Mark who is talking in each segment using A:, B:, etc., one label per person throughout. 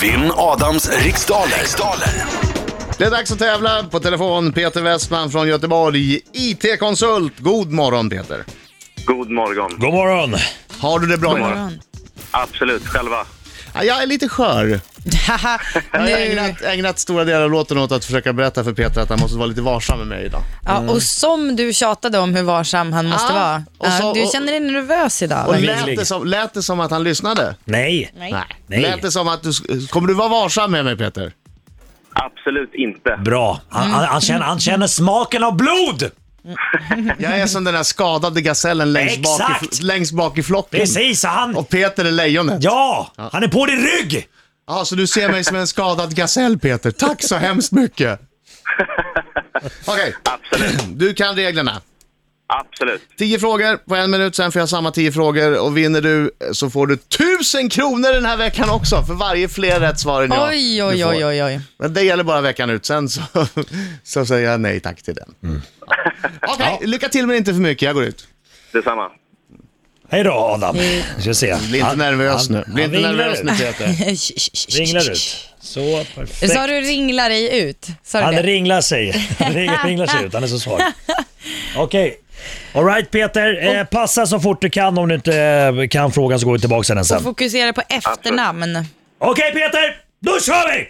A: Vinn Adams riksdaler. riksdaler.
B: Det är dags att tävla. På telefon Peter Westman från Göteborg, IT-konsult. God morgon Peter.
C: God morgon.
D: God morgon!
B: Har du det bra idag?
C: Absolut, själva.
B: Ja, jag är lite skör.
E: Haha,
B: Jag har
E: nu.
B: ägnat, ägnat stora delar av låten åt att försöka berätta för Peter att han måste vara lite varsam med mig idag.
E: Ja, och som du tjatade om hur varsam han måste
B: Mm. Ja,
E: vara.
B: och
E: Ja,
B: så-
E: du
B: och-
E: känner dig nervös idag.
B: Och
E: va?
B: lät det, som, lät det som att han lyssnade?
D: Nej. Nej.
B: Lät det som att du... Kommer du vara varsam med mig Peter?
C: Absolut inte.
D: Bra. Han, han, han, känner, han känner smaken av blod!
B: Jag är som den där skadade gazellen längst, bak i,
D: Exakt.
B: fl- längst bak i flocken.
D: Precis, han...
B: Och Peter är lejonet.
D: Ja! Han är på din rygg!
B: Ja, så du ser mig som en skadad gasell Peter. Tack så hemskt mycket. Okej,
C: Absolut.
B: du kan reglerna.
C: Absolut.
B: 10 frågor på en minut, sen får jag samma 10 frågor och vinner du så får du 1000 kronor den här veckan också för varje fler rätt svar än jag.
E: Oj,
B: du
E: oj,
B: får.
E: oj, oj, oj.
B: Men det gäller bara veckan ut, sen så, så säger jag nej tack till den. Okej, lycka till men inte för mycket, jag går ut.
C: Detsamma.
D: Hej då Adam. Vi ska se.
B: Bli inte
D: Han-
B: nervös
D: han-
B: nu, bli
D: han
B: inte
D: vinglar
B: nervös
D: ut.
B: nu Peter.
D: Ringlar ut. Så, perfekt.
E: Sa du ringlar dig ut? Sa du
D: Han
E: det?
D: ringlar sig. Han ring- ringlar sig ut, han är så svag. Okej. Alright Peter, eh, passa så fort du kan. Om du inte eh, kan frågan så går vi tillbaka till den sen.
E: Och fokusera på efternamn.
D: Okej Peter, då kör vi!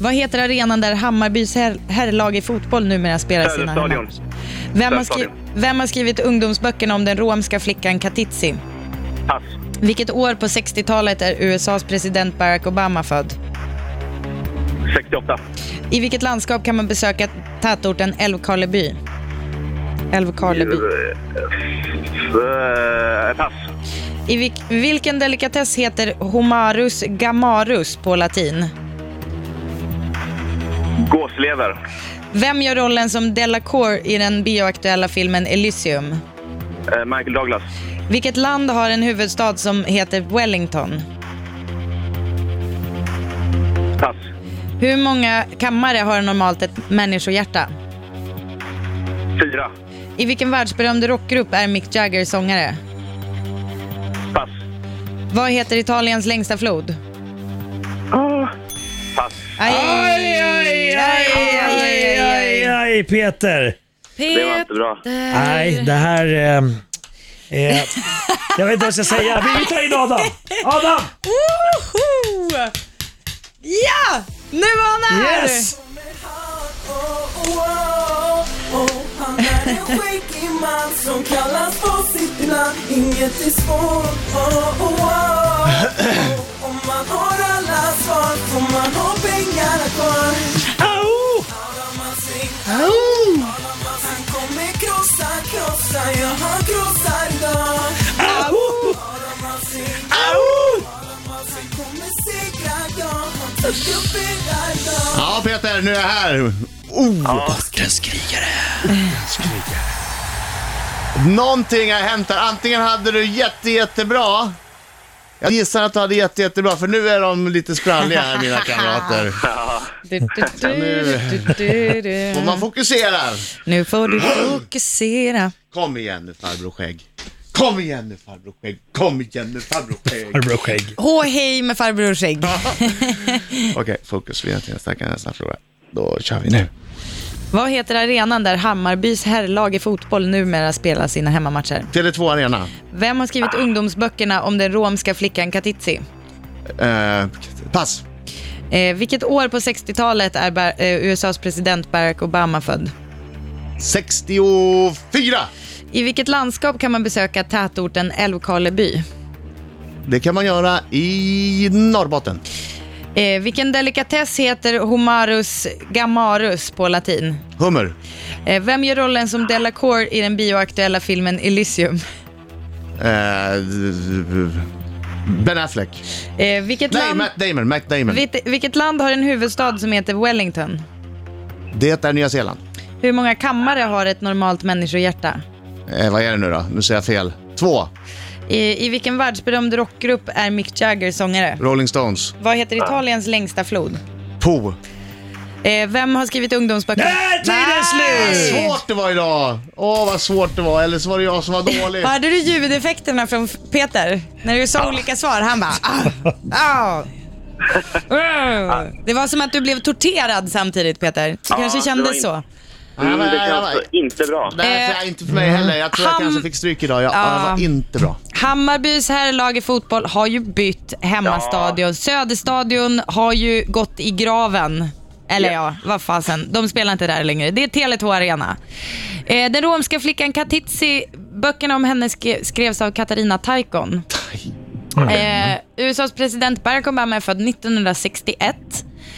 E: Vad heter arenan där Hammarbys herr- herrlag i fotboll numera spelar sina
C: Söderstadion.
E: hemmamatcher? Vem, har skri-
C: Söderstadion.
E: vem har skrivit ungdomsböckerna om den romska flickan Katitzi?
C: Pass.
E: Vilket år på 60-talet är USAs president Barack Obama född?
C: 68.
E: I vilket landskap kan man besöka tätorten Älvkarleby? Älvkarleby.
C: Eh, Pass.
E: I vilk- vilken delikatess heter Homarus gamarus på latin?
C: Gåslever.
E: Vem gör rollen som Delacour i den bioaktuella filmen Elysium?
C: Eh, Michael Douglas.
E: Vilket land har en huvudstad som heter Wellington?
C: Pass.
E: Hur många kammare har normalt ett människohjärta?
C: Fyra.
E: I vilken världsberömd rockgrupp är Mick Jagger sångare?
C: Pass.
E: Vad heter Italiens längsta flod?
C: Pass.
E: Aj,
D: Aj, aj, aj, aj, aj, aj Peter.
C: Det var inte bra.
D: Nej, det här... ehm, eh, jag vet inte vad jag ska säga. Vi tar in Adam! Adam!
E: Woho! Ja! Nu var han här!
D: Yes!
F: Han är en skäggig man som kallas på sitt namn Inget är svårt, oh, oh, oh. Om man har alla svar får man ha pengarna kvar
D: Au!
F: Adam Alsing, Adam Alsing Han kommer krossa, krossa, ja han krossar idag
D: Au!
F: Adam Alsing,
D: Au!
F: Adam Alsing kommer segra, ja han tycker upp hela dagen
B: Ja Peter, nu är jag här. Oh. Någonting har hänt här. Antingen hade du jätte, jättebra. Jag gissar att du hade jätte, jättebra, för nu är de lite spralliga här mina kamrater.
E: Du, du, du, du, du, du.
B: Om man fokuserar.
E: Nu får du fokusera.
B: Kom igen nu farbror Skägg. Kom igen nu farbror Skägg. Kom igen nu farbror Skägg.
D: Farbror Skägg.
E: Hå hej med farbror Skägg.
B: Okej, fokus. Vi har till nästa, kan nästan förlora. Då kör vi nu.
E: Vad heter arenan där Hammarbys herrlag i fotboll numera spelar sina hemmamatcher?
B: Tele2 Arena.
E: Vem har skrivit ungdomsböckerna om den romska flickan Katitzi?
B: Eh, pass.
E: Eh, vilket år på 60-talet är Bar- eh, USAs president Barack Obama född?
B: 64.
E: I vilket landskap kan man besöka tätorten Älvkarleby?
B: Det kan man göra i Norrbotten.
E: Eh, vilken delikatess heter Homarus gamarus på latin?
B: Hummer.
E: Eh, vem gör rollen som Delacour i den bioaktuella filmen Elysium?
B: Eh, ben Affleck.
E: Eh, vilket,
B: Nej,
E: land,
B: Matt Damon. Matt Damon.
E: vilket, vilket land har en huvudstad som heter Wellington?
B: Det är Nya Zeeland.
E: Hur många kammare har ett normalt människohjärta?
B: Eh, vad är det nu då? Nu säger jag fel. Två.
E: I, I vilken världsberömd rockgrupp är Mick Jagger sångare?
B: Rolling Stones.
E: Vad heter Italiens längsta flod?
B: Po.
E: Eh, vem har skrivit ungdomsböckerna?
D: Där är tiden
B: Vad
D: slut!
B: svårt det var idag! Åh, vad svårt det var. Eller så var det jag som var dålig.
E: Hörde du ljudeffekterna från F- Peter? När du sa olika svar, han bara ah, ah. Det var som att du blev torterad samtidigt Peter. Det kanske
C: Ah. det var
E: kändes
C: in-
E: så.
C: Mm, det känns inte bra.
B: Nej, för- inte för mig heller. Jag tror jag
E: Eh, han-
B: kanske fick stryk idag. Jag, ja.
E: Ja.
B: jag var inte bra.
E: Hammarbys herrlag i fotboll har ju bytt hemmastadion. Söderstadion har ju gått i graven. Eller ja, vad fasen. De spelar inte där längre. Det är Tele2 Arena. Eh, den romska flickan Katitzi, böckerna om henne ske- skrevs av Katarina Taikon. Eh, USAs president Barack Obama är född 1961.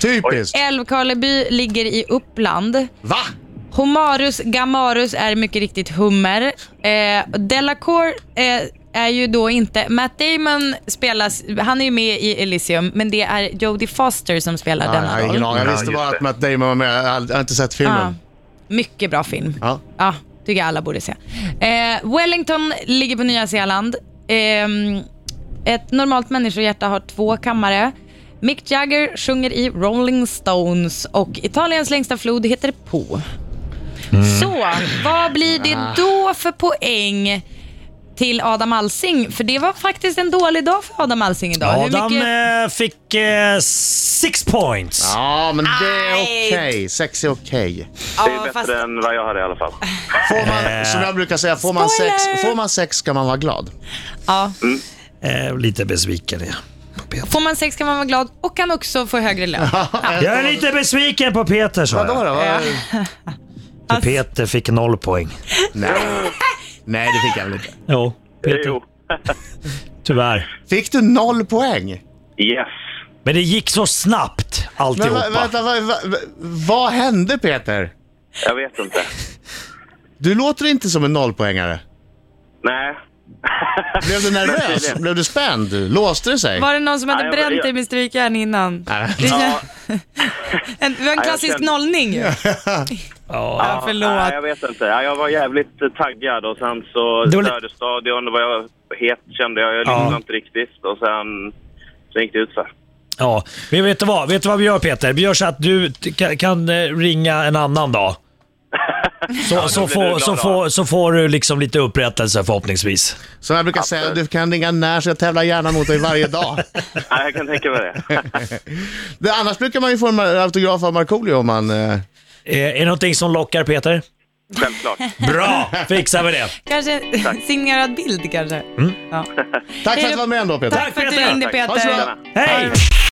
B: Typiskt.
E: Älvkarleby ligger i Uppland.
B: Va?
E: Homarus gamarus är mycket riktigt hummer. Eh, Delacour eh, är ju då inte... Matt Damon spelas... Han är ju med i Elysium, men det är Jodie Foster som spelar
B: Ja, jag
E: denna
B: har
E: roll.
B: ingen aning. Jag
C: Ja,
B: visste
C: just
B: bara
C: det.
B: att Matt Damon var med. Jag har aldrig- jag har inte sett
E: Ja.
B: filmen.
E: Mycket bra film. Ja.
B: Ja.
E: tycker jag alla borde se. Eh, Wellington ligger på Nya Zeeland. Ehm, ett normalt människohjärta har två kammare. Mick Jagger sjunger i Rolling Stones och Italiens längsta flod heter Po.
D: Mm.
E: Så, vad blir det
D: Ah.
E: då för poäng till Adam Alsing? För det var faktiskt en dålig dag för Adam Alsing idag. Hur
D: Adam
E: mycket-
D: eh, fick eh, six points.
B: Ja, men det är
E: Aj.
B: okej. Sex är okej.
C: Det är
E: ja,
C: bättre
E: fast-
C: än vad jag har i alla fall.
B: Får man, som jag brukar säga, får man, sex,
E: Spoiler!
B: får man sex ska man vara glad.
E: ja.
D: Eh, lite besviken är jag på Peter.
E: Får man sex kan man vara glad och kan också få högre lön.
D: Jag är lite besviken på Peter sa
B: Vadå
D: jag.
B: då?
E: Eh.
B: Vad-
D: För Peter fick noll poäng.
B: Nej. Nej, det fick jag väl inte.
D: Jo, Peter.
C: Jo.
D: Tyvärr.
B: Fick du noll poäng?
C: Yes.
D: Men det gick så snabbt
B: Men va,
D: alltihopa.
B: vänta, va, va, va, vad hände Peter?
C: Jag vet inte.
B: Du låter inte som en nollpoängare.
C: Nej.
B: Blev du nervös? Blev du spänd? Låste det sig?
E: Var det någon som hade
C: Nej, jag-
E: bränt dig med strykjärn innan? Det kän- en, det var en
C: jag
E: klassisk
C: kände-
E: nollning ju.
D: Ja.
E: Ja, förlåt.
C: Nej, jag vet inte. Ja, Jag var jävligt eh, taggad och sen så
D: Det var li-
C: störde stadion. Då var jag het kände jag. Jag
D: Ja.
C: lyssnade inte riktigt och sen så gick det ut för.
D: Ja, men vet du vad? Vet du vad vi gör Peter? Vi gör så att du t- kan, kan eh, ringa en annan dag. Så, så,
C: blir du
D: får,
C: glad
D: så,
C: av.
D: får, så får du liksom lite upprättelse förhoppningsvis.
B: Som jag brukar säga, du kan ringa när så jag tävlar gärna mot dig varje dag.
C: Nej, jag kan tänka mig det.
B: Det, annars brukar man ju få en ma- autograf av Markoolio om man... Eh,
D: Eh, är det någonting som lockar Peter?
C: Självklart.
D: Bra! Fixar vi det.
E: Kanske en signerad bild kanske. Ja.
B: tack för
E: Hej
B: att
E: då.
B: du var med ändå Peter.
E: Tack för att du
D: Peter.
E: ringde
C: Tack.
B: Ha det så
E: Peter.
B: bra.
D: Hej!